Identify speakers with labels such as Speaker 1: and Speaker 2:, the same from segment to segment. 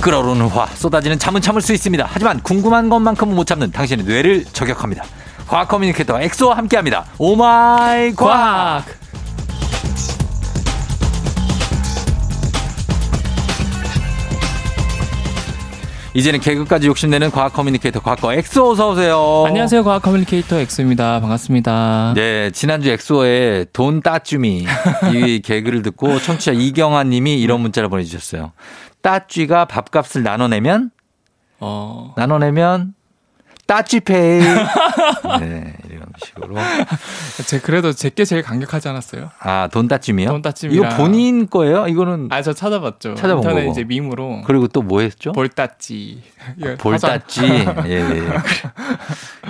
Speaker 1: 끓어오르는 화 쏟아지는 잠은 참을 수 있습니다. 하지만 궁금한 것만큼은 못 참는 당신의 뇌를 저격합니다. 과학 커뮤니케이터 엑소와 함께합니다. 오마이 과학. 이제는 개그까지 욕심내는 과학 커뮤니케이터 과거 엑소 어서 오세요.
Speaker 2: 안녕하세요. 과학 커뮤니케이터 엑소입니다. 반갑습니다.
Speaker 1: 네, 지난주 엑소의 돈 따쭈미 이 개그를 듣고 청취자 이경아 님이 이런 문자를 보내주셨어요. 따쥐가 밥값을 나눠내면
Speaker 2: 어,
Speaker 1: 나눠내면 따쥐페이. 네, 이런 식으로.
Speaker 2: 제 그래도 제게 제일 강력하지 않았어요?
Speaker 1: 아, 돈 따쯤이요?
Speaker 2: 돈 따쯤이랑.
Speaker 1: 이거 본인 거예요? 이거는
Speaker 2: 아, 저 찾아봤죠.
Speaker 1: 찾아본
Speaker 2: 인터넷
Speaker 1: 거고.
Speaker 2: 이제 밈으로
Speaker 1: 그리고 또 뭐 했죠?
Speaker 2: 볼따찌. 이거
Speaker 1: 볼
Speaker 2: 화장-
Speaker 1: 따지. 예, 예.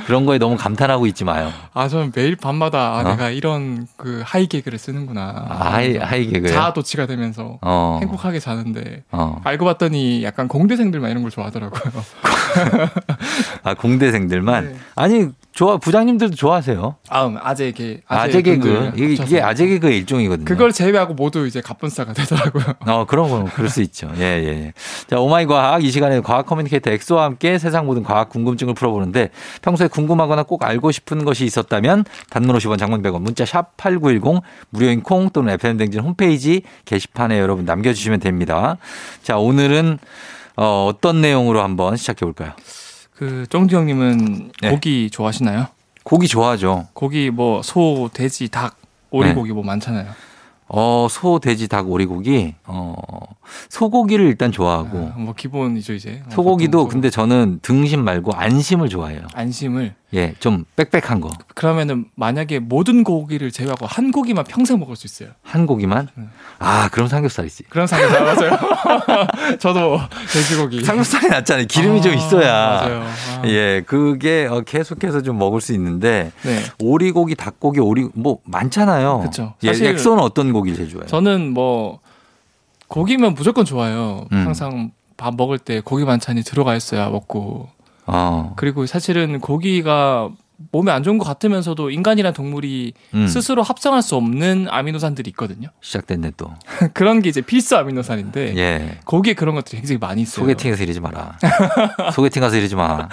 Speaker 1: 그런 거에 너무 감탄하고 있지 마요.
Speaker 2: 아, 저는 매일 밤마다 아,
Speaker 1: 어?
Speaker 2: 내가 이런 그 하이 개그를 쓰는구나.
Speaker 1: 아, 하이 하이 개그요.
Speaker 2: 자아 도취가 되면서
Speaker 1: 어.
Speaker 2: 행복하게 자는데
Speaker 1: 어.
Speaker 2: 알고 봤더니 약간 공대생들만 이런 걸 좋아하더라고요.
Speaker 1: 아, 공대생들만.
Speaker 2: 네.
Speaker 1: 아니, 좋아 부장님들도 좋아하세요.
Speaker 2: 아, 음, 아재 개
Speaker 1: 아재 개그.
Speaker 2: 분들
Speaker 1: 이게, 이게
Speaker 2: 합쳐서.
Speaker 1: 아재 개그의 일종이거든요.
Speaker 2: 그걸 제외하고 모두 이제 갑분싸가 되더라고요.
Speaker 1: 어, 그런 건 그럴 수 있죠. 예, 예, 예. 자, 오마이 과학 이 시간에 과학 커뮤니케이터 엑소와 함께 세상 모든 과학 궁금증을 풀어보는데 평소에 궁금하거나 꼭 알고 싶은 것이 있었다면 단문 50원 장문 100원 문자 샵 8910 무료인 콩 또는 FM 댕진 홈페이지 게시판에 여러분 남겨 주시면 됩니다. 자, 오늘은 어, 어떤 내용으로 한번 시작해 볼까요?
Speaker 2: 그 정지 형님은
Speaker 1: 네.
Speaker 2: 고기 좋아하시나요?
Speaker 1: 고기 좋아하죠.
Speaker 2: 고기 뭐 소, 돼지, 닭,
Speaker 1: 네.
Speaker 2: 오리고기 뭐 많잖아요.
Speaker 1: 어, 소, 돼지, 닭, 오리고기. 어, 소고기를 일단 좋아하고
Speaker 2: 아, 뭐 기본이죠 이제. 어,
Speaker 1: 소고기도
Speaker 2: 보통 소-
Speaker 1: 근데 저는 등심 말고 안심을 좋아해요.
Speaker 2: 안심을
Speaker 1: 예, 좀 빽빽한 거.
Speaker 2: 그러면은 만약에 모든 고기를 제외하고 한 고기만 평생 먹을 수 있어요.
Speaker 1: 한 고기만?
Speaker 2: 음.
Speaker 1: 아, 그럼 삼겹살이지.
Speaker 2: 그런 상황 맞아요. 저도 돼지고기.
Speaker 1: 삼겹살이 낫잖아요. 기름이
Speaker 2: 아,
Speaker 1: 좀 있어야.
Speaker 2: 맞아요. 아,
Speaker 1: 예, 그게 어, 계속해서 좀 먹을 수 있는데
Speaker 2: 네.
Speaker 1: 오리고기, 닭고기, 오리 뭐 많잖아요.
Speaker 2: 그쵸.
Speaker 1: 예,
Speaker 2: 사실-
Speaker 1: 엑소는 어떤 고기를 제일 좋아해요?
Speaker 2: 저는 뭐 고기면 무조건 좋아요.
Speaker 1: 음.
Speaker 2: 항상 밥 먹을 때 고기 반찬이 들어가 있어야 먹고
Speaker 1: 어,
Speaker 2: 그리고 사실은 고기가 몸에 안 좋은 것 같으면서도 인간이란 동물이
Speaker 1: 음,
Speaker 2: 스스로 합성할 수 없는 아미노산들이 있거든요.
Speaker 1: 시작됐네 또.
Speaker 2: 그런 게 이제 필수 아미노산인데
Speaker 1: 예.
Speaker 2: 거기에 그런 것들이 굉장히 많이 있어요.
Speaker 1: 소개팅에서 이러지 마라. 소개팅 가서 이러지 마.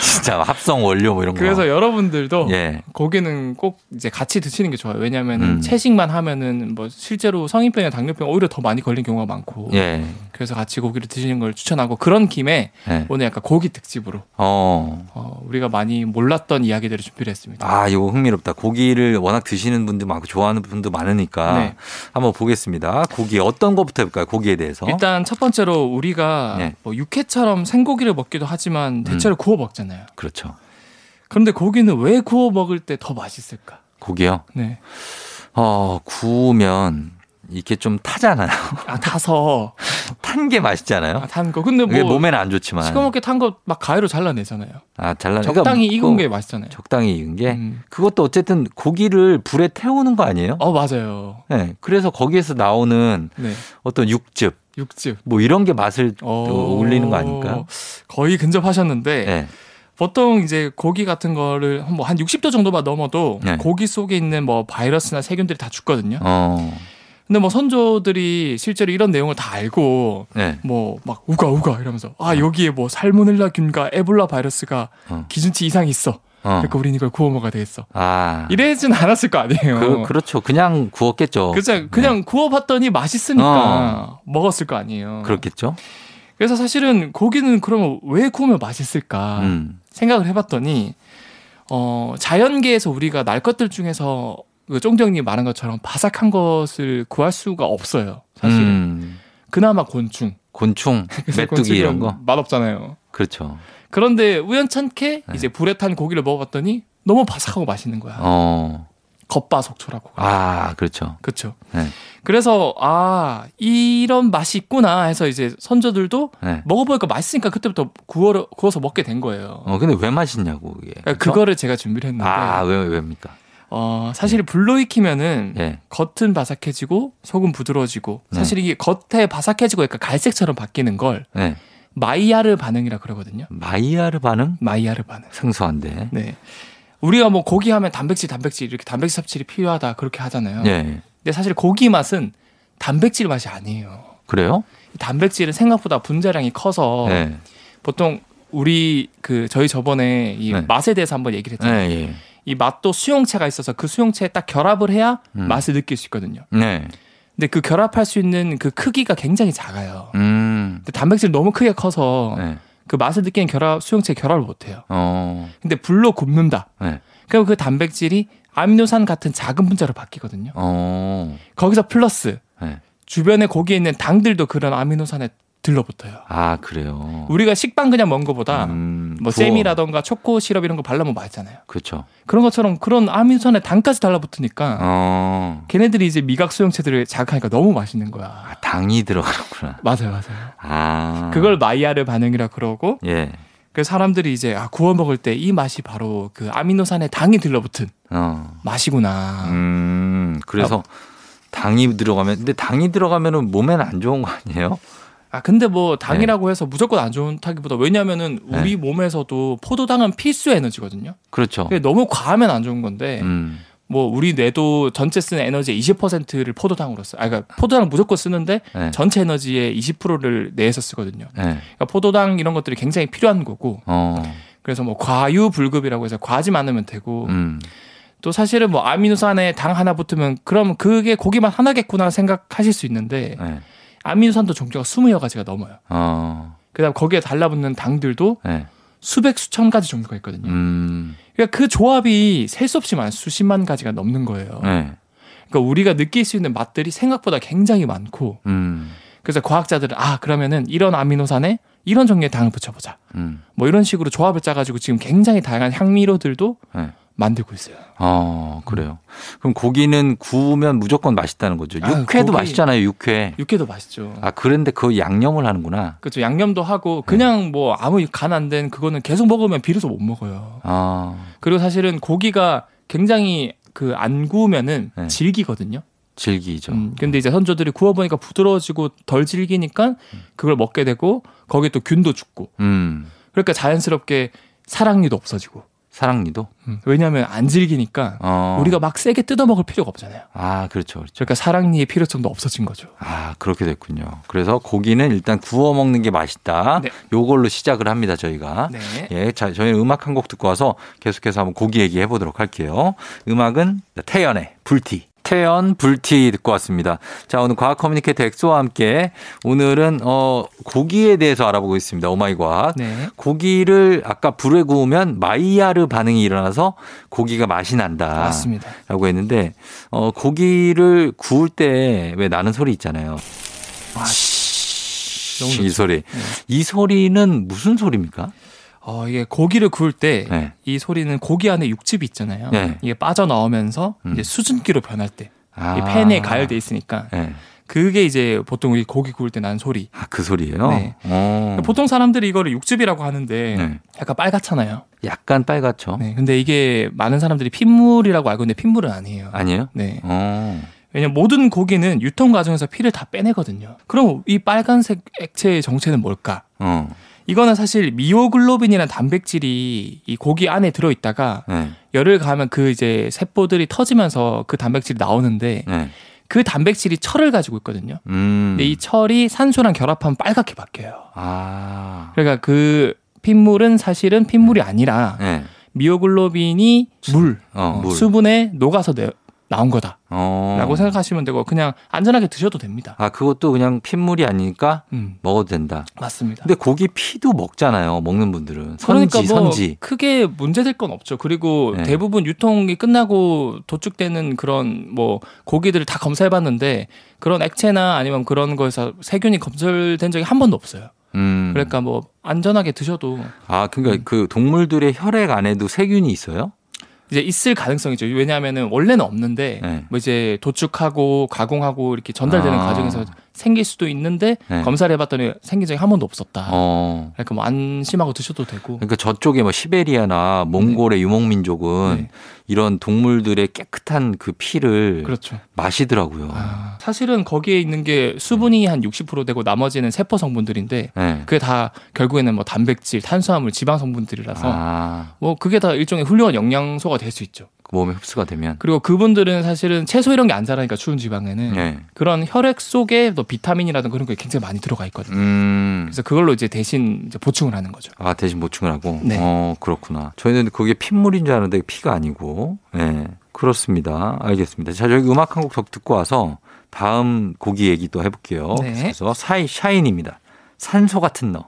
Speaker 1: 진짜 합성 원료 뭐 이런 거.
Speaker 2: 그래서 여러분들도
Speaker 1: 예.
Speaker 2: 고기는 꼭 이제 같이 드시는 게 좋아요. 왜냐하면
Speaker 1: 음.
Speaker 2: 채식만 하면은 뭐 실제로 성인병이나 당뇨병 오히려 더 많이 걸린 경우가 많고
Speaker 1: 예.
Speaker 2: 그래서 같이 고기를 드시는 걸 추천하고 그런 김에
Speaker 1: 예.
Speaker 2: 오늘 약간 고기 특집으로
Speaker 1: 어.
Speaker 2: 어, 우리가 많이 몰랐던 이야기들을 준비를 했습니다.
Speaker 1: 아, 이거 흥미롭다. 고기를 워낙 드시는 분도 많고 좋아하는 분도 많으니까
Speaker 2: 네.
Speaker 1: 한번 보겠습니다. 고기 어떤 거부터 해볼까요? 고기에 대해서.
Speaker 2: 일단 첫 번째로 우리가
Speaker 1: 네.
Speaker 2: 뭐 육회처럼 생고기를 먹기도 하지만
Speaker 1: 음.
Speaker 2: 대체로 구워 먹잖아요.
Speaker 1: 그렇죠.
Speaker 2: 그런데 고기는 왜 구워 먹을 때 더 맛있을까?
Speaker 1: 고기요.
Speaker 2: 네.
Speaker 1: 어, 구우면 이렇게 좀 타잖아요.
Speaker 2: 아 타서
Speaker 1: 탄 게 맛있잖아요.
Speaker 2: 아, 탄 거. 근데
Speaker 1: 어? 그게
Speaker 2: 뭐
Speaker 1: 몸에는 안 좋지만.
Speaker 2: 시커멓게 탄 거 막 가위로 잘라내잖아요.
Speaker 1: 아, 잘라.
Speaker 2: 적당히
Speaker 1: 그러니까 예.
Speaker 2: 익은
Speaker 1: 뭐-
Speaker 2: 게 맛있잖아요.
Speaker 1: 적당히 익은 게.
Speaker 2: 음.
Speaker 1: 그것도 어쨌든 고기를 불에 태우는 거 아니에요?
Speaker 2: 어 맞아요.
Speaker 1: 네. 그래서 거기에서 나오는
Speaker 2: 네
Speaker 1: 어떤 육즙
Speaker 2: 육즙.
Speaker 1: 뭐 이런 게 맛을
Speaker 2: 어...
Speaker 1: 어울리는 거 아닐까요?
Speaker 2: 거의 근접하셨는데
Speaker 1: 네.
Speaker 2: 보통 이제 고기 같은 거를 뭐한 60도 정도만 넘어도
Speaker 1: 네.
Speaker 2: 고기 속에 있는 뭐 바이러스나 세균들이 다 죽거든요.
Speaker 1: 어.
Speaker 2: 근데 뭐 선조들이 실제로 이런 내용을 다 알고
Speaker 1: 네.
Speaker 2: 뭐 막 우가 우가 이러면서 아 여기에 뭐 살모넬라균과 에볼라 바이러스가
Speaker 1: 어.
Speaker 2: 기준치 이상이 있어.
Speaker 1: 어.
Speaker 2: 그러니까 우린 이걸 구워 먹어야 되겠어.
Speaker 1: 아.
Speaker 2: 이래진 않았을 거 아니에요.
Speaker 1: 그, 그렇죠. 그냥 구웠겠죠.
Speaker 2: 그죠 그냥 구워봤더니 맛있으니까 먹었을 거 아니에요.
Speaker 1: 네. 어. 그렇겠죠.
Speaker 2: 그래서 사실은 고기는 그러면 왜 구우면 맛있을까
Speaker 1: 음.
Speaker 2: 생각을 해봤더니 어 자연계에서 우리가 날 것들 중에서 그 쫑정님 말한 것처럼 바삭한 것을 구할 수가 없어요. 사실 은
Speaker 1: 음.
Speaker 2: 그나마 곤충.
Speaker 1: 곤충,
Speaker 2: 그래서
Speaker 1: 메뚜기 이런
Speaker 2: 곤충은
Speaker 1: 거.
Speaker 2: 맛없잖아요.
Speaker 1: 그렇죠.
Speaker 2: 그런데 우연찮게 이제 불에 탄 고기를 먹어봤더니 너무 바삭하고 맛있는 거야.
Speaker 1: 네. 어.
Speaker 2: 겉바속촉하고.
Speaker 1: 아, 그렇죠.
Speaker 2: 그렇죠.
Speaker 1: 네.
Speaker 2: 그래서 아 이런 맛이 있구나 해서 이제 선조들도
Speaker 1: 네.
Speaker 2: 먹어보니까 맛있으니까 그때부터 구워 구워서 먹게 된 거예요.
Speaker 1: 어, 근데 왜 맛있냐고, 이게. 그렇죠?
Speaker 2: 그거를 제가 준비를 했는데
Speaker 1: 아, 왜, 왜입니까?
Speaker 2: 어, 사실 불로 익히면은
Speaker 1: 예. 네.
Speaker 2: 겉은 바삭해지고 속은 부드러워지고 사실 이게 겉에 바삭해지고 약간 갈색처럼 바뀌는 걸
Speaker 1: 예.
Speaker 2: 마이야르 반응이라 그러거든요.
Speaker 1: 마이야르 반응?
Speaker 2: 마이야르 반응.
Speaker 1: 생소한데.
Speaker 2: 네. 우리가 뭐 고기 하면 단백질, 단백질 이렇게 단백질 섭취를 필요하다 그렇게 하잖아요.
Speaker 1: 예.
Speaker 2: 근데 사실 고기 맛은 단백질 맛이 아니에요.
Speaker 1: 그래요?
Speaker 2: 단백질은 생각보다 분자량이 커서
Speaker 1: 네.
Speaker 2: 보통 우리 그 저희 저번에 이
Speaker 1: 네.
Speaker 2: 맛에 대해서 한번 얘기를
Speaker 1: 네.
Speaker 2: 했잖아요.
Speaker 1: 예.
Speaker 2: 이 맛도 수용체가 있어서 그 수용체에 딱 결합을 해야
Speaker 1: 음.
Speaker 2: 맛을 느낄 수 있거든요.
Speaker 1: 네.
Speaker 2: 근데 그 결합할 수 있는 그 크기가 굉장히 작아요.
Speaker 1: 음.
Speaker 2: 근데 단백질 너무 크게 커서
Speaker 1: 네.
Speaker 2: 그 맛을 느끼는 결합 수용체 결합을 못 해요.
Speaker 1: 어.
Speaker 2: 근데 불로 굽는다.
Speaker 1: 네.
Speaker 2: 그럼 그 단백질이 아미노산 같은 작은 분자로 바뀌거든요.
Speaker 1: 어.
Speaker 2: 거기서 플러스
Speaker 1: 네.
Speaker 2: 주변에 고기에 있는 당들도 그런 아미노산에 들러붙어요.
Speaker 1: 아 그래요.
Speaker 2: 우리가 식빵 그냥 먹은 거보다
Speaker 1: 음,
Speaker 2: 뭐
Speaker 1: 부어.
Speaker 2: 잼이라던가 초코 시럽 이런 거 발라면 맛있잖아요.
Speaker 1: 그렇죠.
Speaker 2: 그런 것처럼 그런 아미노산에 당까지 달라붙으니까
Speaker 1: 어.
Speaker 2: 걔네들이 이제 미각 수용체들을 자극하니까 너무 맛있는 거야.
Speaker 1: 아, 당이 들어가는구나.
Speaker 2: 맞아요, 맞아요.
Speaker 1: 아.
Speaker 2: 그걸 마이야르 반응이라 그러고
Speaker 1: 예.
Speaker 2: 그 사람들이 이제 아, 구워 먹을 때 이 맛이 바로 그 아미노산에 당이 들러붙은
Speaker 1: 어.
Speaker 2: 맛이구나.
Speaker 1: 음. 그래서
Speaker 2: 아.
Speaker 1: 당이 들어가면 근데 당이 들어가면은 몸에는 안 좋은 거 아니에요?
Speaker 2: 아 근데 뭐 당이라고 해서 무조건 안 좋다기보다 왜냐면은 우리 몸에서도 포도당은 필수 에너지거든요.
Speaker 1: 그렇죠.
Speaker 2: 그게 너무 과하면 안 좋은 건데
Speaker 1: 음.
Speaker 2: 뭐 우리 뇌도 전체 쓰는 에너지의 20%를 포도당으로 써. 아 그러니까 포도당 무조건 쓰는데
Speaker 1: 네.
Speaker 2: 전체 에너지의 20%를 뇌에서 쓰거든요.
Speaker 1: 네.
Speaker 2: 그러니까 포도당 이런 것들이 굉장히 필요한 거고
Speaker 1: 어.
Speaker 2: 그래서 뭐 과유불급이라고 해서 과하지 않으면 되고
Speaker 1: 음.
Speaker 2: 또 사실은 뭐 아미노산에 당 하나 붙으면 그럼 그게 고기만 하나겠구나 생각하실 수 있는데
Speaker 1: 네.
Speaker 2: 아미노산도 종류가 20여 가지가 넘어요.
Speaker 1: 어.
Speaker 2: 그다음 거기에 달라붙는 당들도
Speaker 1: 네.
Speaker 2: 수백 수천 가지 종류가 있거든요.
Speaker 1: 음.
Speaker 2: 그러니까 그 조합이 셀 수 없이 많 수십만 가지가 넘는 거예요.
Speaker 1: 네.
Speaker 2: 그러니까 우리가 느낄 수 있는 맛들이 생각보다 굉장히 많고
Speaker 1: 음.
Speaker 2: 그래서 과학자들은 아 그러면은 이런 아미노산에 이런 종류의 당을 붙여보자.
Speaker 1: 음.
Speaker 2: 뭐 이런 식으로 조합을 짜가지고 지금 굉장히 다양한 향미료들도
Speaker 1: 네.
Speaker 2: 만들고 있어요.
Speaker 1: 어, 그래요. 그럼 고기는 구우면 무조건 맛있다는 거죠.
Speaker 2: 아유,
Speaker 1: 육회도
Speaker 2: 고기.
Speaker 1: 맛있잖아요, 육회.
Speaker 2: 육회도 맛있죠.
Speaker 1: 아, 그런데 그 양념을 하는구나.
Speaker 2: 그렇죠. 양념도 하고 그냥 뭐 아무 간 안 된 그거는 계속 먹으면 비로소 못 먹어요.
Speaker 1: 아,
Speaker 2: 그리고 사실은 고기가 굉장히 그 안 구우면은
Speaker 1: 네.
Speaker 2: 질기거든요.
Speaker 1: 질기죠.
Speaker 2: 음, 근데 이제 선조들이 구워보니까 부드러워지고 덜 질기니까 그걸 먹게 되고 거기에 또 균도 죽고
Speaker 1: 음.
Speaker 2: 그러니까 자연스럽게 사랑니도 없어지고
Speaker 1: 사랑니도?
Speaker 2: 음, 왜냐하면 안 질기니까
Speaker 1: 어.
Speaker 2: 우리가 막 세게 뜯어 먹을 필요가 없잖아요.
Speaker 1: 아, 그렇죠. 그렇죠.
Speaker 2: 그러니까 사랑니의 필요성도 없어진 거죠.
Speaker 1: 아, 그렇게 됐군요. 그래서 고기는 일단 구워 먹는 게 맛있다.
Speaker 2: 네.
Speaker 1: 요걸로 시작을 합니다, 저희가.
Speaker 2: 네.
Speaker 1: 예, 자, 저희는 음악 한 곡 듣고 와서 계속해서 한번 고기 얘기해 보도록 할게요. 음악은 태연의 불티. 태연 불티 듣고 왔습니다. 자, 오늘 과학 커뮤니케이터 엑소와 함께 오늘은 어 고기에 대해서 알아보고 있습니다. 오마이 과학.
Speaker 2: 네.
Speaker 1: 고기를 아까 불에 구우면 마이야르 반응이 일어나서 고기가 맛이 난다.
Speaker 2: 맞습니다.
Speaker 1: 라고 했는데 어 고기를 구울 때 왜 나는 소리 있잖아요. 이
Speaker 2: 너무 좋죠. 네.
Speaker 1: 소리. 이 소리는 무슨 소리입니까?
Speaker 2: 어, 이게 고기를 구울 때 이
Speaker 1: 네.
Speaker 2: 소리는 고기 안에 육즙이 있잖아요.
Speaker 1: 네.
Speaker 2: 이게 빠져나오면서
Speaker 1: 음.
Speaker 2: 이제 수증기로 변할 때,
Speaker 1: 아.
Speaker 2: 이 팬에 가열돼 있으니까
Speaker 1: 예.
Speaker 2: 그게 이제 보통 우리 고기 구울 때 나는 소리.
Speaker 1: 아, 그 소리예요?
Speaker 2: 네.
Speaker 1: 어.
Speaker 2: 보통 사람들이 이거를 육즙이라고 하는데
Speaker 1: 네. 어?
Speaker 2: 약간 빨갛잖아요.
Speaker 1: 약간 빨갛죠?
Speaker 2: 네, 근데 이게 많은 사람들이 핏물이라고 알고 있는데 핏물은 아니에요.
Speaker 1: 아니에요?
Speaker 2: 네.
Speaker 1: 어.
Speaker 2: 왜냐면 모든 고기는 유통 과정에서 피를 다 빼내거든요. 그럼 이 빨간색 액체의 정체는 뭘까?
Speaker 1: 어.
Speaker 2: 이거는 사실 미오글로빈이라는 단백질이 이 고기 안에 들어있다가
Speaker 1: 네.
Speaker 2: 열을 가하면 그 이제 세포들이 터지면서 그 단백질이 나오는데
Speaker 1: 네.
Speaker 2: 그 단백질이 철을 가지고 있거든요.
Speaker 1: 음.
Speaker 2: 근데 이 철이 산소랑 결합하면 빨갛게 바뀌어요.
Speaker 1: 아.
Speaker 2: 그러니까 그 핏물은 사실은 핏물이 아니라
Speaker 1: 네.
Speaker 2: 미오글로빈이 물,
Speaker 1: 어,
Speaker 2: 어,
Speaker 1: 물.
Speaker 2: 수분에 녹아서 내- 나온 거다라고
Speaker 1: 어.
Speaker 2: 생각하시면 되고 그냥 안전하게 드셔도 됩니다.
Speaker 1: 아, 그것도 그냥 핏물이 아니니까
Speaker 2: 음,
Speaker 1: 먹어도 된다.
Speaker 2: 맞습니다.
Speaker 1: 근데 고기 피도 먹잖아요. 먹는 분들은. 선지,
Speaker 2: 그러니까 뭐
Speaker 1: 선지.
Speaker 2: 크게 문제될 건 없죠. 그리고
Speaker 1: 네.
Speaker 2: 대부분 유통이 끝나고 도축되는 그런 뭐 고기들을 다 검사해봤는데 그런 액체나 아니면 그런 거에서 세균이 검출된 적이 한 번도 없어요.
Speaker 1: 음.
Speaker 2: 그러니까 뭐 안전하게 드셔도
Speaker 1: 아, 그러니까 그 동물들의 혈액 안에도 세균이 있어요?
Speaker 2: 이제 있을 가능성이죠. 왜냐하면은 원래는 없는데
Speaker 1: 네.
Speaker 2: 뭐 이제 도축하고 가공하고 이렇게 전달되는
Speaker 1: 아.
Speaker 2: 과정에서 생길 수도 있는데
Speaker 1: 네.
Speaker 2: 검사를 해봤더니 생긴 적이 한 번도 없었다.
Speaker 1: 어.
Speaker 2: 그러니까 뭐 안심하고 드셔도 되고.
Speaker 1: 그러니까 저쪽에 뭐 시베리아나 몽골의 유목민족은
Speaker 2: 네.
Speaker 1: 이런 동물들의 깨끗한 그 피를
Speaker 2: 그렇죠.
Speaker 1: 마시더라고요.
Speaker 2: 아, 사실은 거기에 있는 게 수분이 한 60% 되고 나머지는 세포 성분들인데
Speaker 1: 네.
Speaker 2: 그게 다 결국에는 뭐 단백질, 탄수화물, 지방 성분들이라서
Speaker 1: 아,
Speaker 2: 뭐 그게 다 일종의 훌륭한 영양소가 될 수 있죠.
Speaker 1: 그 몸에 흡수가 되면.
Speaker 2: 그리고 그분들은 사실은 채소 이런 게 안 자라니까 추운 지방에는
Speaker 1: 예.
Speaker 2: 그런 혈액 속에 또 비타민이라든 그런 게 굉장히 많이 들어가 있거든요.
Speaker 1: 음.
Speaker 2: 그래서 그걸로 이제 대신 이제 보충을 하는 거죠.
Speaker 1: 아 대신 보충을 하고.
Speaker 2: 네.
Speaker 1: 어 그렇구나. 저희는 그게 핏물인 줄 알았는데 피가 아니고. 예. 그렇습니다. 알겠습니다. 자 저희 음악 한 곡 더 듣고 와서 다음 곡이 얘기 또 해볼게요.
Speaker 2: 네.
Speaker 1: 그래서 사이 샤인입니다. 산소 같은 너.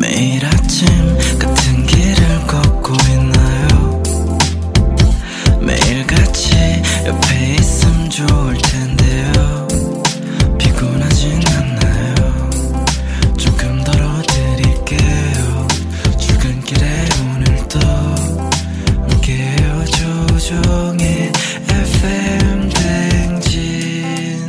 Speaker 3: 매일 아침 같은 길을 걷고 있나요 매일 같이 옆에 있음 좋을 텐데요 피곤하진 않나요 조금 덜어드릴게요 출근길에 오늘도 함께해요 조종의 FM 댕진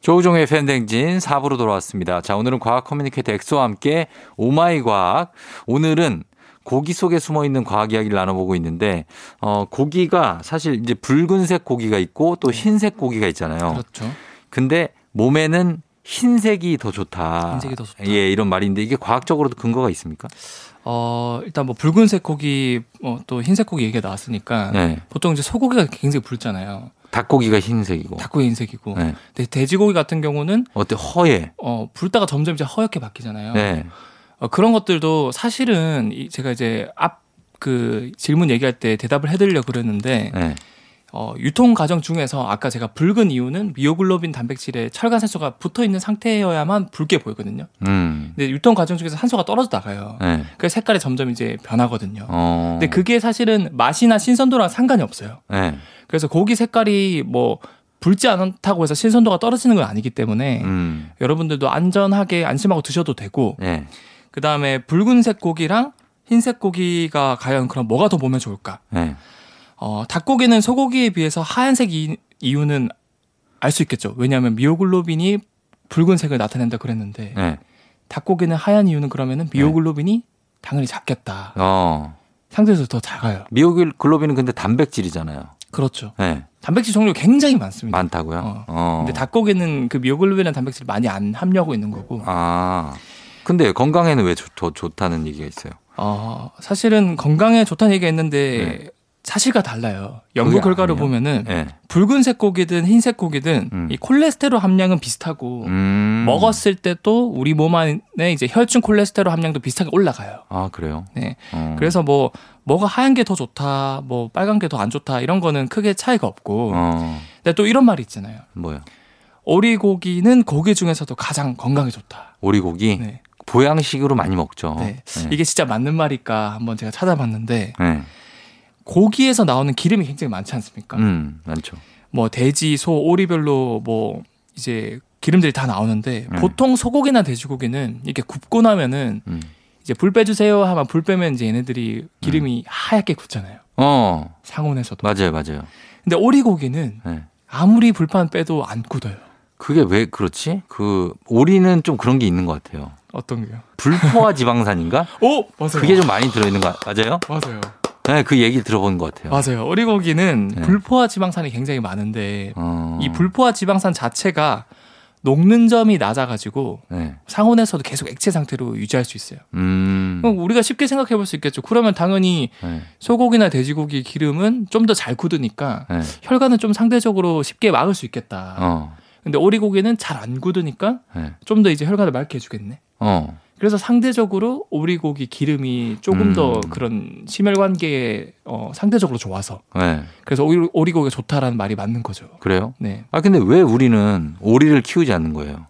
Speaker 1: 조우종의 팬댕진 4부로 돌아왔습니다. 자, 오늘은 과학 커뮤니케이터 엑소와 함께 오마이 과학. 오늘은 고기 속에 숨어 있는 과학 이야기를 나눠보고 있는데, 어, 고기가 사실 이제 붉은색 고기가 있고 또 흰색 고기가 있잖아요.
Speaker 2: 네. 그렇죠.
Speaker 1: 근데 몸에는 흰색이 더 좋다.
Speaker 2: 흰색이 더 좋다.
Speaker 1: 예, 이런 말인데 이게 과학적으로도 근거가 있습니까?
Speaker 2: 어, 일단 뭐 붉은색 고기, 어, 또 흰색 고기 얘기가 나왔으니까
Speaker 1: 네.
Speaker 2: 보통 이제 소고기가 굉장히 붉잖아요.
Speaker 1: 닭고기가 흰색이고.
Speaker 2: 닭고기 흰색이고.
Speaker 1: 어. 네.
Speaker 2: 근데 돼지고기 같은 경우는
Speaker 1: 어때? 허예.
Speaker 2: 어, 붉다가 점점 이제 허옇게 바뀌잖아요.
Speaker 1: 네.
Speaker 2: 어, 그런 것들도 사실은 이- 제가 이제 앞 그 질문 얘기할 때 대답을 해드리려고 그랬는데
Speaker 1: 네.
Speaker 2: 어, 유통 과정 중에서 아까 제가 붉은 이유는 미오글로빈 단백질에 철간 산소가 붙어 있는 상태여야만 붉게 보이거든요.
Speaker 1: 음.
Speaker 2: 근데 유통 과정 중에서 산소가 떨어져 나가요.
Speaker 1: 네.
Speaker 2: 그래서 색깔이 점점 이제 변하거든요.
Speaker 1: 어.
Speaker 2: 근데 그게 사실은 맛이나 신선도랑 상관이 없어요.
Speaker 1: 네.
Speaker 2: 그래서 고기 색깔이 뭐 붉지 않다고 해서 신선도가 떨어지는 건 아니기 때문에
Speaker 1: 음.
Speaker 2: 여러분들도 안전하게 안심하고 드셔도 되고
Speaker 1: 네.
Speaker 2: 그 다음에 붉은색 고기랑 흰색 고기가 과연 그럼 뭐가 더 몸에 좋을까?
Speaker 1: 네.
Speaker 2: 어, 닭고기는 소고기에 비해서 하얀색 이, 이유는 알 수 있겠죠. 왜냐하면 미오글로빈이 붉은색을 나타낸다 그랬는데
Speaker 1: 네.
Speaker 2: 닭고기는 하얀 이유는 그러면은 미오글로빈이 당연히 작겠다.
Speaker 1: 어.
Speaker 2: 상대적으로 더 작아요.
Speaker 1: 미오글로빈은 근데 단백질이잖아요.
Speaker 2: 그렇죠.
Speaker 1: 네,
Speaker 2: 단백질 종류가 굉장히 많습니다.
Speaker 1: 많다고요.
Speaker 2: 어.
Speaker 1: 어.
Speaker 2: 근데 닭고기는 그 미오글로빈이라는 단백질 많이 안 함유하고 있는 거고.
Speaker 1: 아. 근데 건강에는 왜 좋, 더 좋다는 얘기가 있어요?
Speaker 2: 어, 사실은 건강에 좋다는 얘기가 있는데 사실과 달라요. 연구
Speaker 1: 네. 그게
Speaker 2: 결과를
Speaker 1: 아니에요?
Speaker 2: 보면은
Speaker 1: 네.
Speaker 2: 붉은색 고기든 흰색 고기든
Speaker 1: 음.
Speaker 2: 이 콜레스테롤 함량은 비슷하고
Speaker 1: 음.
Speaker 2: 뭐, 먹었을 때 또 우리 몸 안에 이제 혈중 콜레스테롤 함량도 비슷하게 올라가요.
Speaker 1: 아, 그래요?
Speaker 2: 네.
Speaker 1: 어.
Speaker 2: 그래서 뭐 뭐가 하얀 게 더 좋다, 뭐 빨간 게 더 안 좋다 이런 거는 크게 차이가 없고.
Speaker 1: 어.
Speaker 2: 근데 또 이런 말이 있잖아요.
Speaker 1: 뭐요?
Speaker 2: 오리고기는 고기 중에서도 가장 건강에 좋다.
Speaker 1: 오리고기?
Speaker 2: 네.
Speaker 1: 보양식으로 많이 먹죠.
Speaker 2: 네.
Speaker 1: 네.
Speaker 2: 이게 진짜 맞는 말일까 한번 제가 찾아봤는데
Speaker 1: 네.
Speaker 2: 고기에서 나오는 기름이 굉장히 많지 않습니까?
Speaker 1: 음, 많죠.
Speaker 2: 뭐 돼지, 소, 오리별로 뭐 이제 기름들이 다 나오는데
Speaker 1: 네.
Speaker 2: 보통 소고기나 돼지고기는 이렇게 굽고 나면은
Speaker 1: 음.
Speaker 2: 이제 불 빼주세요 하면 불 빼면 이제 얘네들이 기름이 하얗게 굳잖아요.
Speaker 1: 어,
Speaker 2: 상온에서도.
Speaker 1: 맞아요, 맞아요.
Speaker 2: 근데 오리고기는
Speaker 1: 네.
Speaker 2: 아무리 불판 빼도 안 굳어요.
Speaker 1: 그게 왜 그렇지? 그, 오리는 좀 그런 게 있는 것 같아요.
Speaker 2: 어떤 게요?
Speaker 1: 불포화 지방산인가?
Speaker 2: 오 맞아요.
Speaker 1: 그게 좀 많이 들어있는 거 맞아요?
Speaker 2: 맞아요.
Speaker 1: 네, 그 얘기 들어본 것 같아요.
Speaker 2: 맞아요. 오리고기는
Speaker 1: 네.
Speaker 2: 불포화 지방산이 굉장히 많은데
Speaker 1: 어.
Speaker 2: 이 불포화 지방산 자체가 녹는 점이 낮아가지고
Speaker 1: 네.
Speaker 2: 상온에서도 계속 액체 상태로 유지할 수 있어요.
Speaker 1: 음.
Speaker 2: 그럼 우리가 쉽게 생각해 볼 수 있겠죠. 그러면 당연히
Speaker 1: 네.
Speaker 2: 소고기나 돼지고기 기름은 좀 더 잘 굳으니까
Speaker 1: 네.
Speaker 2: 혈관은 좀 상대적으로 쉽게 막을 수 있겠다.
Speaker 1: 어.
Speaker 2: 근데 오리고기는 잘 안 굳으니까
Speaker 1: 네.
Speaker 2: 좀 더 이제 혈관을 맑게 해주겠네.
Speaker 1: 어.
Speaker 2: 그래서 상대적으로 오리고기 기름이 조금
Speaker 1: 음.
Speaker 2: 더 그런 심혈관계에 어, 상대적으로 좋아서
Speaker 1: 네.
Speaker 2: 그래서 오리, 오리고기가 좋다라는 말이 맞는 거죠.
Speaker 1: 그래요?
Speaker 2: 네.
Speaker 1: 아 근데 왜 우리는 오리를 키우지 않는 거예요?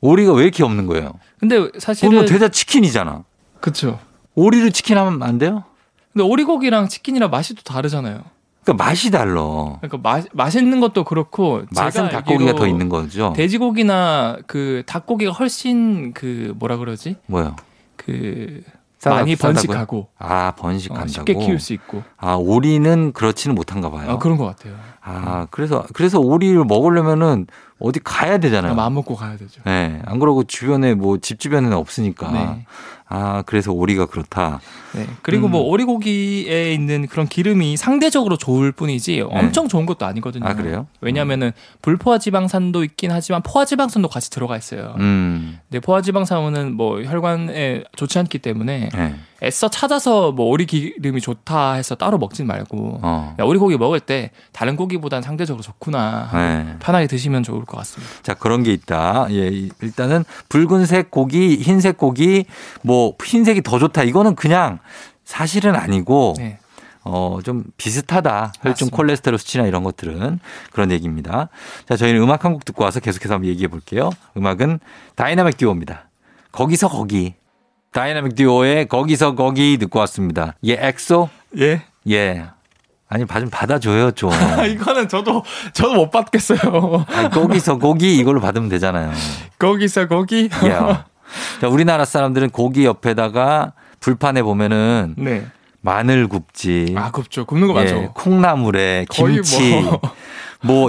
Speaker 1: 오리가 왜 이렇게 없는 거예요?
Speaker 2: 근데
Speaker 1: 그러면
Speaker 2: 사실은
Speaker 1: 되다 치킨이잖아.
Speaker 2: 그렇죠.
Speaker 1: 오리를 치킨 하면 안 돼요?
Speaker 2: 근데 오리고기랑 치킨이랑 맛이 또 다르잖아요.
Speaker 1: 그러니까 맛이 달라.
Speaker 2: 그러니까 맛 맛있는 것도 그렇고
Speaker 1: 맛은
Speaker 2: 제가
Speaker 1: 닭고기가
Speaker 2: 알기로
Speaker 1: 더 있는 거죠.
Speaker 2: 돼지고기나 그 닭고기가 훨씬 그 뭐라 그러지
Speaker 1: 뭐요?
Speaker 2: 그
Speaker 1: 싸다-
Speaker 2: 많이
Speaker 1: 싸다고요?
Speaker 2: 번식하고
Speaker 1: 아
Speaker 2: 어,
Speaker 1: 번식한다고.
Speaker 2: 쉽게 키울 수 있고
Speaker 1: 아 오리는 그렇지는 못한가 봐요.
Speaker 2: 어, 그런 것 같아요.
Speaker 1: 아, 그래서, 그래서 오리를 먹으려면은 어디 가야 되잖아요.
Speaker 2: 마음 먹고 가야 되죠.
Speaker 1: 네. 안 그러고 주변에 뭐 집 주변에는 없으니까.
Speaker 2: 네.
Speaker 1: 아, 그래서 오리가 그렇다. 아,
Speaker 2: 네. 그리고 뭐
Speaker 1: 음.
Speaker 2: 오리고기에 있는 그런 기름이 상대적으로 좋을 뿐이지 엄청 좋은 것도 아니거든요.
Speaker 1: 네. 아, 그래요?
Speaker 2: 왜냐면은 불포화 지방산도 있긴 하지만 포화 지방산도 같이 들어가 있어요.
Speaker 1: 음.
Speaker 2: 근데 포화 지방산은 뭐 혈관에 좋지 않기 때문에
Speaker 1: 네.
Speaker 2: 애써 찾아서 뭐 오리 기름이 좋다 해서 따로 먹진 말고
Speaker 1: 어.
Speaker 2: 야, 오리 고기 먹을 때 다른 고기보단 상대적으로 좋구나.
Speaker 1: 네.
Speaker 2: 편하게 드시면 좋을 것 같습니다.
Speaker 1: 자, 그런 게 있다. 예, 이- 일단은 붉은색 고기, 흰색 고기, 뭐 흰색이 더 좋다. 이거는 그냥 사실은 아니고
Speaker 2: 네.
Speaker 1: 어, 좀 비슷하다. 혈중
Speaker 2: 맞습니다.
Speaker 1: 콜레스테롤 수치나 이런 것들은 그런 얘기입니다. 자, 저희는 음악 한 곡 듣고 와서 계속해서 한번 얘기해 볼게요. 음악은 다이나믹 듀오입니다. 거기서 거기. 다이나믹 듀오의 거기서 거기 듣고 왔습니다. 예, 엑소?
Speaker 2: 예.
Speaker 1: 예. 아니, 봐 좀 받아줘요, 좀.
Speaker 2: 아, 이거는 저도 저도 못 받겠어요.
Speaker 1: 아니, 거기서 거기 이걸로 받으면 되잖아요.
Speaker 2: 거기서 거기.
Speaker 1: 야. 자, 우리나라 사람들은 고기 옆에다가 불판에 보면은
Speaker 2: 네.
Speaker 1: 마늘 굽지.
Speaker 2: 아, 굽죠. 굽는 거 맞죠.
Speaker 1: 예, 콩나물에
Speaker 2: 거의
Speaker 1: 김치. 뭐.
Speaker 2: 뭐.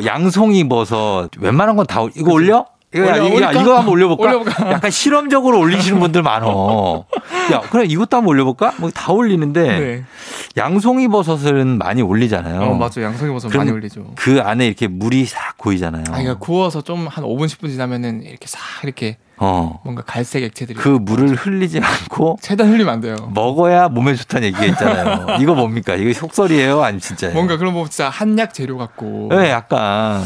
Speaker 1: 양송이 버섯. 웬만한 건 다 이거 올려? 이거 야,
Speaker 2: 올려,
Speaker 1: 이거, 야,
Speaker 2: 올릴까?
Speaker 1: 이거 한번 올려볼까?
Speaker 2: 올려볼까?
Speaker 1: 약간 실험적으로 올리시는 분들 많어. 야, 그래 이것도 한번 올려볼까? 뭐 다 올리는데
Speaker 2: 네.
Speaker 1: 양송이 버섯은 많이 올리잖아요.
Speaker 2: 어, 맞죠. 양송이 버섯
Speaker 1: 그럼
Speaker 2: 많이 올리죠.
Speaker 1: 그 안에 이렇게 물이 싹 고이잖아요.
Speaker 2: 아, 그러니까 구워서 좀 한 5분 10분 지나면은 이렇게 싹 이렇게
Speaker 1: 어,
Speaker 2: 뭔가 갈색 액체들이
Speaker 1: 그 물을 흘리지 않고
Speaker 2: 최대한 흘리면 안 돼요.
Speaker 1: 먹어야 몸에 좋다는 얘기가 있잖아요. 이거 뭡니까? 이거 속설이에요? 아니면 진짜예요?
Speaker 2: 뭔가 그런 뭐 진짜 한약 재료 같고
Speaker 1: 네, 약간.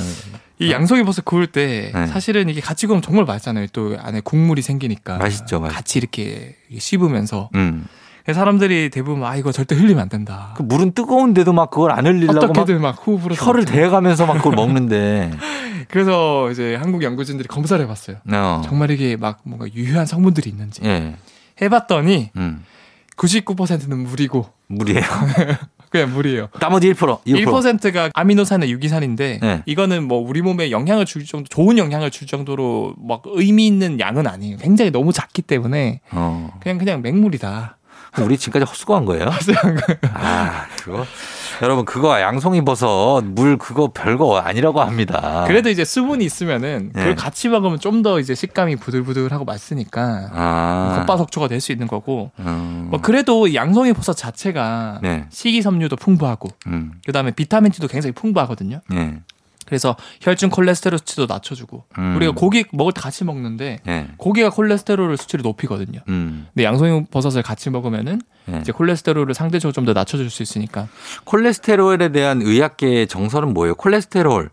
Speaker 2: 이 양송이 버섯 구울 때
Speaker 1: 네.
Speaker 2: 사실은 이게 같이 구우면 정말 맛있잖아요. 또 안에 국물이 생기니까
Speaker 1: 맛있죠, 맛있죠.
Speaker 2: 같이 이렇게 씹으면서
Speaker 1: 음.
Speaker 2: 그래서 사람들이 대부분 아 이거 절대 흘리면 안 된다.
Speaker 1: 그 물은 뜨거운데도 막 그걸 안 흘리려고 막
Speaker 2: 어떻게든 막 호흡으로
Speaker 1: 혀를
Speaker 2: 먹잖아요.
Speaker 1: 대가면서 막 그걸 먹는데.
Speaker 2: 그래서 이제 한국 연구진들이 검사를 해봤어요.
Speaker 1: 어.
Speaker 2: 정말 이게 막 뭔가 유효한 성분들이 있는지
Speaker 1: 예.
Speaker 2: 해봤더니
Speaker 1: 음.
Speaker 2: 99%는 물이고
Speaker 1: 물이에요.
Speaker 2: 그냥 물이에요.
Speaker 1: 나머지 1%. 1%.
Speaker 2: 1%가 아미노산의 유기산인데
Speaker 1: 네.
Speaker 2: 이거는 뭐 우리 몸에 영향을 줄 정도 좋은 영향을 줄 정도로 막 의미 있는 양은 아니에요. 굉장히 너무 작기 때문에
Speaker 1: 어.
Speaker 2: 그냥 그냥 맹물이다.
Speaker 1: 그럼 우리 지금까지 헛수고한 거예요? 아, 그거. 여러분, 그거 양송이 버섯, 물 그거 별거 아니라고 합니다.
Speaker 2: 그래도 이제 수분이 있으면은
Speaker 1: 네.
Speaker 2: 그걸 같이 먹으면 좀 더 이제 식감이 부들부들하고 맛있으니까
Speaker 1: 아.
Speaker 2: 겉바속촉가 될 수 있는 거고
Speaker 1: 음.
Speaker 2: 뭐 그래도 이 양송이 버섯 자체가
Speaker 1: 네.
Speaker 2: 식이섬유도 풍부하고
Speaker 1: 음.
Speaker 2: 그다음에 비타민 C도 굉장히 풍부하거든요.
Speaker 1: 예.
Speaker 2: 그래서 혈중 콜레스테롤 수치도 낮춰주고
Speaker 1: 음.
Speaker 2: 우리가 고기 먹을 때 같이 먹는데
Speaker 1: 예.
Speaker 2: 고기가 콜레스테롤 수치를 높이거든요.
Speaker 1: 음.
Speaker 2: 근데 양송이 버섯을 같이 먹으면은
Speaker 1: 예.
Speaker 2: 이제 콜레스테롤을 상대적으로 좀 더 낮춰줄 수 있으니까
Speaker 1: 콜레스테롤에 대한 의학계의 정설은 뭐예요? 콜레스테롤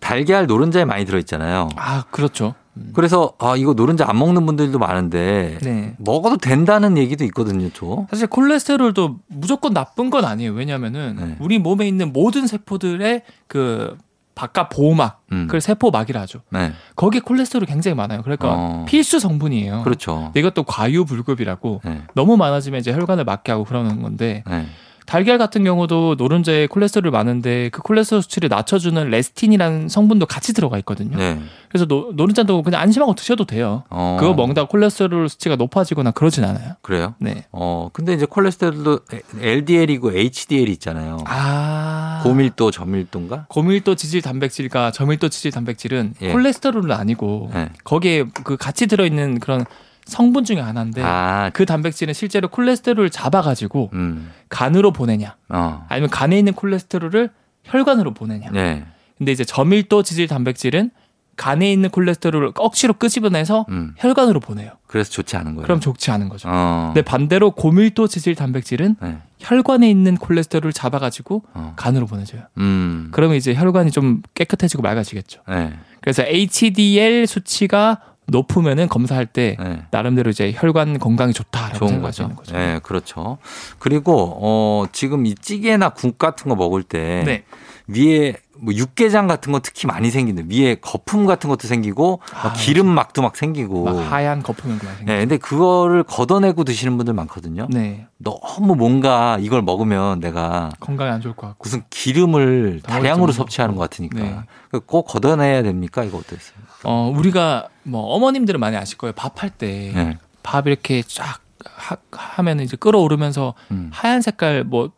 Speaker 1: 달걀 노른자에 많이 들어있잖아요.
Speaker 2: 아 그렇죠.
Speaker 1: 그래서 아 이거 노른자 안 먹는 분들도 많은데
Speaker 2: 네.
Speaker 1: 먹어도 된다는 얘기도 있거든요, 저.
Speaker 2: 사실 콜레스테롤도 무조건 나쁜 건 아니에요. 왜냐면은
Speaker 1: 네.
Speaker 2: 우리 몸에 있는 모든 세포들의 그 바깥 보호막,
Speaker 1: 음.
Speaker 2: 그걸 세포막이라 하죠.
Speaker 1: 네,
Speaker 2: 거기에 콜레스테롤이 굉장히 많아요. 그러니까
Speaker 1: 어.
Speaker 2: 필수 성분이에요.
Speaker 1: 그렇죠.
Speaker 2: 근데 이것도 과유불급이라고
Speaker 1: 네,
Speaker 2: 너무 많아지면 이제 혈관을 막게 하고 그러는 건데
Speaker 1: 네.
Speaker 2: 달걀 같은 경우도 노른자에 콜레스테롤 많은데 그 콜레스테롤 수치를 낮춰주는 레스틴이라는 성분도 같이 들어가 있거든요.
Speaker 1: 네.
Speaker 2: 그래서 노, 노른자도 그냥 안심하고 드셔도 돼요.
Speaker 1: 어,
Speaker 2: 그거 먹다 가 콜레스테롤 수치가 높아지거나 그러진 않아요.
Speaker 1: 그래요?
Speaker 2: 네.
Speaker 1: 어 근데 이제 콜레스테롤도 LDL이고 HDL이 있잖아요.
Speaker 2: 아.
Speaker 1: 고밀도, 저밀도인가?
Speaker 2: 고밀도 지질 단백질과 저밀도 지질 단백질은
Speaker 1: 예.
Speaker 2: 콜레스테롤은 아니고
Speaker 1: 네.
Speaker 2: 거기에 그 같이 들어있는 그런 성분 중에 하나인데
Speaker 1: 아,
Speaker 2: 그 단백질은 실제로 콜레스테롤을 잡아가지고
Speaker 1: 음,
Speaker 2: 간으로 보내냐
Speaker 1: 어,
Speaker 2: 아니면 간에 있는 콜레스테롤을 혈관으로 보내냐
Speaker 1: 네,
Speaker 2: 근데 이제 저밀도 지질 단백질은 간에 있는 콜레스테롤을 억지로 끄집어내서
Speaker 1: 음.
Speaker 2: 혈관으로 보내요
Speaker 1: 그래서 좋지 않은 거예요.
Speaker 2: 그럼 좋지 않은 거죠 네.
Speaker 1: 어,
Speaker 2: 근데 반대로 고밀도 지질 단백질은
Speaker 1: 네,
Speaker 2: 혈관에 있는 콜레스테롤을 잡아가지고
Speaker 1: 어,
Speaker 2: 간으로 보내줘요
Speaker 1: 음,
Speaker 2: 그러면 이제 혈관이 좀 깨끗해지고 맑아지겠죠
Speaker 1: 네,
Speaker 2: 그래서 HDL 수치가 높으면은 검사할 때
Speaker 1: 네.
Speaker 2: 나름대로 이제 혈관 건강이 좋다라고
Speaker 1: 좋은
Speaker 2: 생각할 수
Speaker 1: 거죠.
Speaker 2: 있는 거죠.
Speaker 1: 네, 그렇죠. 그리고 어 지금 이 찌개나 국 같은 거 먹을 때
Speaker 2: 네.
Speaker 1: 위에 뭐 육개장 같은 거 특히 많이 생기는데 위에 거품 같은 것도 생기고 막
Speaker 2: 아,
Speaker 1: 기름 막도 막 생기고.
Speaker 2: 막 하얀 거품이 많이 생겨.
Speaker 1: 네, 근데 그거를 걷어내고 드시는 분들 많거든요.
Speaker 2: 네.
Speaker 1: 너무 뭔가 이걸 먹으면 내가
Speaker 2: 건강에 안 좋을 것 같고.
Speaker 1: 무슨 기름을
Speaker 2: 당황할
Speaker 1: 다량으로
Speaker 2: 정도.
Speaker 1: 섭취하는 것 같으니까
Speaker 2: 아, 그렇죠. 네.
Speaker 1: 그꼭 걷어내야 됩니까? 이거 어떠세요?
Speaker 2: 어, 우리가 뭐 어머님들은 많이 아실 거예요. 밥할 때.
Speaker 1: 네.
Speaker 2: 밥 이렇게 쫙 하, 하면 이제 끓어오르면서
Speaker 1: 음.
Speaker 2: 하얀 색깔 뭐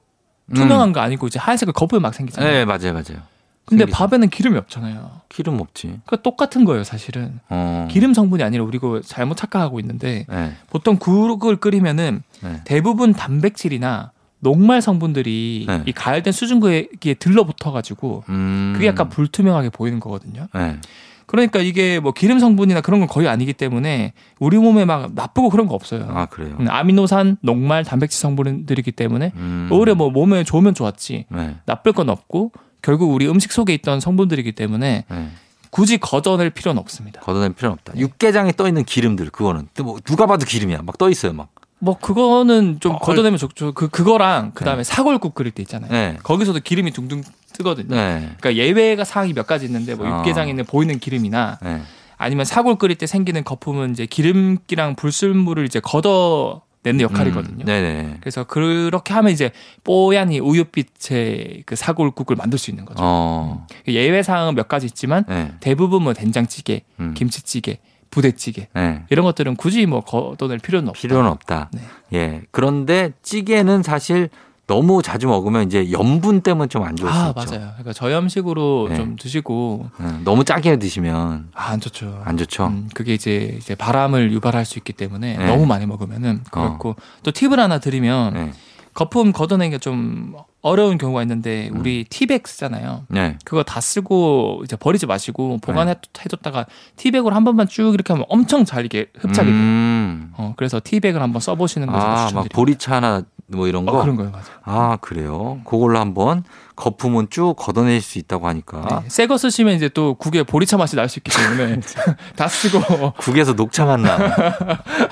Speaker 2: 투명한 거 아니고 이제 하얀 색깔 거품이 막 생기잖아요.
Speaker 1: 네, 맞아요, 맞아요.
Speaker 2: 근데
Speaker 1: 음. 생기죠.
Speaker 2: 밥에는 기름이 없잖아요.
Speaker 1: 기름 없지.
Speaker 2: 그러니까 똑같은 거예요, 사실은.
Speaker 1: 어.
Speaker 2: 기름 성분이 아니라 우리 그 잘못 착각하고 있는데
Speaker 1: 네.
Speaker 2: 보통 국을 끓이면은
Speaker 1: 네.
Speaker 2: 대부분 단백질이나 녹말 성분들이
Speaker 1: 네.
Speaker 2: 이 가열된 수증기에 들러붙어 가지고
Speaker 1: 음.
Speaker 2: 그게 약간 불투명하게 보이는 거거든요.
Speaker 1: 네.
Speaker 2: 그러니까 이게 뭐 기름 성분이나 그런 건 거의 아니기 때문에 우리 몸에 막 나쁘고 그런 거 없어요.
Speaker 1: 아 그래요.
Speaker 2: 음, 아미노산, 녹말, 단백질 성분들이기 때문에
Speaker 1: 음.
Speaker 2: 오히려 뭐 몸에 좋으면 좋았지
Speaker 1: 네.
Speaker 2: 나쁠 건 없고 결국 우리 음식 속에 있던 성분들이기 때문에
Speaker 1: 네.
Speaker 2: 굳이 걷어낼 필요는 없습니다.
Speaker 1: 걷어낼 필요는 없다. 육개장에 떠 있는 기름들 그거는 또뭐 누가 봐도 기름이야. 막 떠 있어요. 막.
Speaker 2: 뭐 그거는 좀
Speaker 1: 어,
Speaker 2: 걷어내면 좋죠. 그 그거랑 그다음에 사골국 끓일 때 있잖아요.
Speaker 1: 네.
Speaker 2: 거기서도 기름이 둥둥 뜨거든요.
Speaker 1: 네.
Speaker 2: 그러니까 예외가 사항이 몇 가지 있는데 뭐
Speaker 1: 아.
Speaker 2: 육개장에 있는 보이는 기름이나
Speaker 1: 네.
Speaker 2: 아니면 사골 끓일 때 생기는 거품은 이제 기름기랑 불순물을 이제 걷어내는 역할이거든요.
Speaker 1: 음. 네네.
Speaker 2: 그래서 그렇게 하면 이제 뽀얀 이 우유빛의 그 사골국을 만들 수 있는 거죠. 그
Speaker 1: 어.
Speaker 2: 예외 사항은 몇 가지 있지만
Speaker 1: 네.
Speaker 2: 대부분 뭐 된장찌개,
Speaker 1: 음.
Speaker 2: 김치찌개, 부대찌개
Speaker 1: 네.
Speaker 2: 이런 것들은 굳이 뭐 걷어낼 필요는 없다.
Speaker 1: 필요는 없다.
Speaker 2: 네.
Speaker 1: 예. 그런데 찌개는 사실 너무 자주 먹으면 이제 염분 때문에 좀 안 좋을 수
Speaker 2: 아
Speaker 1: 있죠.
Speaker 2: 맞아요. 그러니까 저염식으로
Speaker 1: 네.
Speaker 2: 좀 드시고
Speaker 1: 예, 너무 짜게 드시면
Speaker 2: 아, 안 좋죠.
Speaker 1: 안 좋죠.
Speaker 2: 음, 그게 이제 이제 바람을 유발할 수 있기 때문에
Speaker 1: 네.
Speaker 2: 너무 많이 먹으면은 그렇고 또 팁을 하나 드리면
Speaker 1: 네.
Speaker 2: 거품 걷어내기가 좀 어려운 경우가 있는데
Speaker 1: 음.
Speaker 2: 우리 티백 쓰잖아요.
Speaker 1: 네.
Speaker 2: 그거 다 쓰고 이제 버리지 마시고 보관해뒀다가 티백으로 한 번만 쭉 이렇게 하면 엄청 잘 이게 흡착이 돼요.
Speaker 1: 음.
Speaker 2: 어, 그래서 티백을 한번 써보시는 걸
Speaker 1: 아, 막
Speaker 2: 추천드립니다.
Speaker 1: 보리차나 뭐 이런 거.
Speaker 2: 어, 그런 거예요, 맞아요.
Speaker 1: 아, 그래요. 그걸로 한번 거품은 쭉 걷어낼 수 있다고 하니까
Speaker 2: 네, 새거 쓰시면 이제 또 국에 보리차 맛이 날 수 있기 때문에 다 쓰고
Speaker 1: 국에서 녹차 맛 나.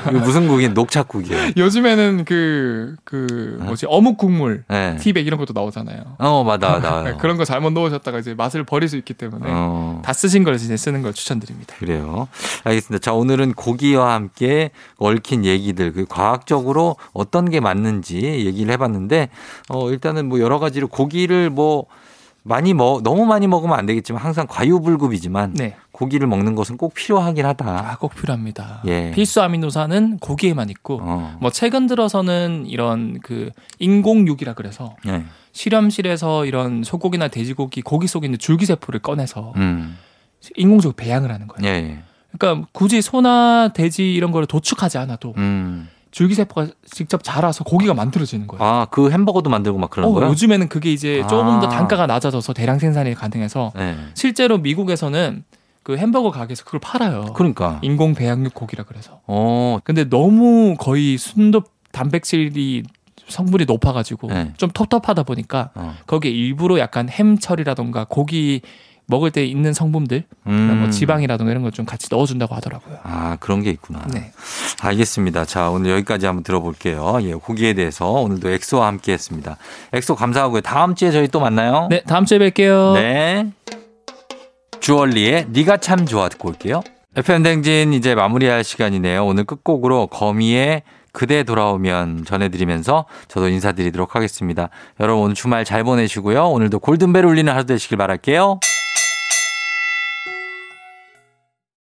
Speaker 1: 이거 무슨 국이 녹차국이에요.
Speaker 2: 요즘에는 그, 그
Speaker 1: 네.
Speaker 2: 뭐지 어묵 국물
Speaker 1: 예.
Speaker 2: 티백 이런 것도 나오잖아요.
Speaker 1: 어, 맞아, 맞아.
Speaker 2: 네, 그런 거 잘못 넣으셨다가 이제 맛을 버릴 수 있기 때문에
Speaker 1: 어.
Speaker 2: 다 쓰신 걸 이제 쓰는 걸 추천드립니다.
Speaker 1: 그래요. 알겠습니다. 자, 오늘은 고기와 함께 얽힌 얘기들, 그 과학적으로 어떤 게 맞는지 얘기를 해봤는데, 어, 일단은 뭐 여러 가지로 고기를 뭐 많이 먹, 너무 많이 먹으면 안 되겠지만 항상 과유불급이지만
Speaker 2: 네,
Speaker 1: 고기를 먹는 것은 꼭 필요하긴 하다.
Speaker 2: 아, 꼭 필요합니다.
Speaker 1: 예.
Speaker 2: 필수 아미노산은 고기에만 있고
Speaker 1: 어.
Speaker 2: 뭐 최근 들어서는 이런 그 인공육이라 그래서
Speaker 1: 예.
Speaker 2: 실험실에서 이런 소고기나 돼지고기 고기 속에 있는 줄기세포를 꺼내서
Speaker 1: 음.
Speaker 2: 인공적으로 배양을 하는 거예요.
Speaker 1: 예, 예.
Speaker 2: 그러니까 굳이 소나 돼지 이런 거를 도축하지 않아도
Speaker 1: 음.
Speaker 2: 줄기세포가 직접 자라서 고기가 만들어지는 거예요.
Speaker 1: 아, 그 햄버거도 만들고 막 그런
Speaker 2: 뭐. 어,
Speaker 1: 거야?
Speaker 2: 요즘에는 그게 이제
Speaker 1: 아.
Speaker 2: 조금 더 단가가 낮아져서 대량 생산이 가능해서
Speaker 1: 예.
Speaker 2: 실제로 미국에서는 그 햄버거 가게에서 그걸 팔아요.
Speaker 1: 그러니까.
Speaker 2: 인공 배양육 고기라 그래서.
Speaker 1: 어,
Speaker 2: 근데 너무 거의 순도 단백질이 성분이 높아가지고
Speaker 1: 네.
Speaker 2: 좀 텁텁하다 보니까
Speaker 1: 어.
Speaker 2: 거기에 일부러 약간 햄철이라던가 고기 먹을 때 있는 성분들,
Speaker 1: 음.
Speaker 2: 뭐 지방이라던가 이런 걸 좀 같이 넣어준다고 하더라고요.
Speaker 1: 아, 그런 게 있구나.
Speaker 2: 네.
Speaker 1: 알겠습니다. 자, 오늘 여기까지 한번 들어볼게요. 예, 고기에 대해서 오늘도 엑소와 함께 했습니다. 엑소 감사하고요. 다음 주에 저희 또 만나요.
Speaker 2: 네, 다음 주에 뵐게요.
Speaker 1: 네. 주얼리의 네가 참 좋아 듣고 올게요. FM 댕진 이제 마무리할 시간이네요. 오늘 끝곡으로 거미의 그대 돌아오면 전해드리면서 저도 인사드리도록 하겠습니다. 여러분 오늘 주말 잘 보내시고요. 오늘도 골든벨 울리는 하루 되시길 바랄게요.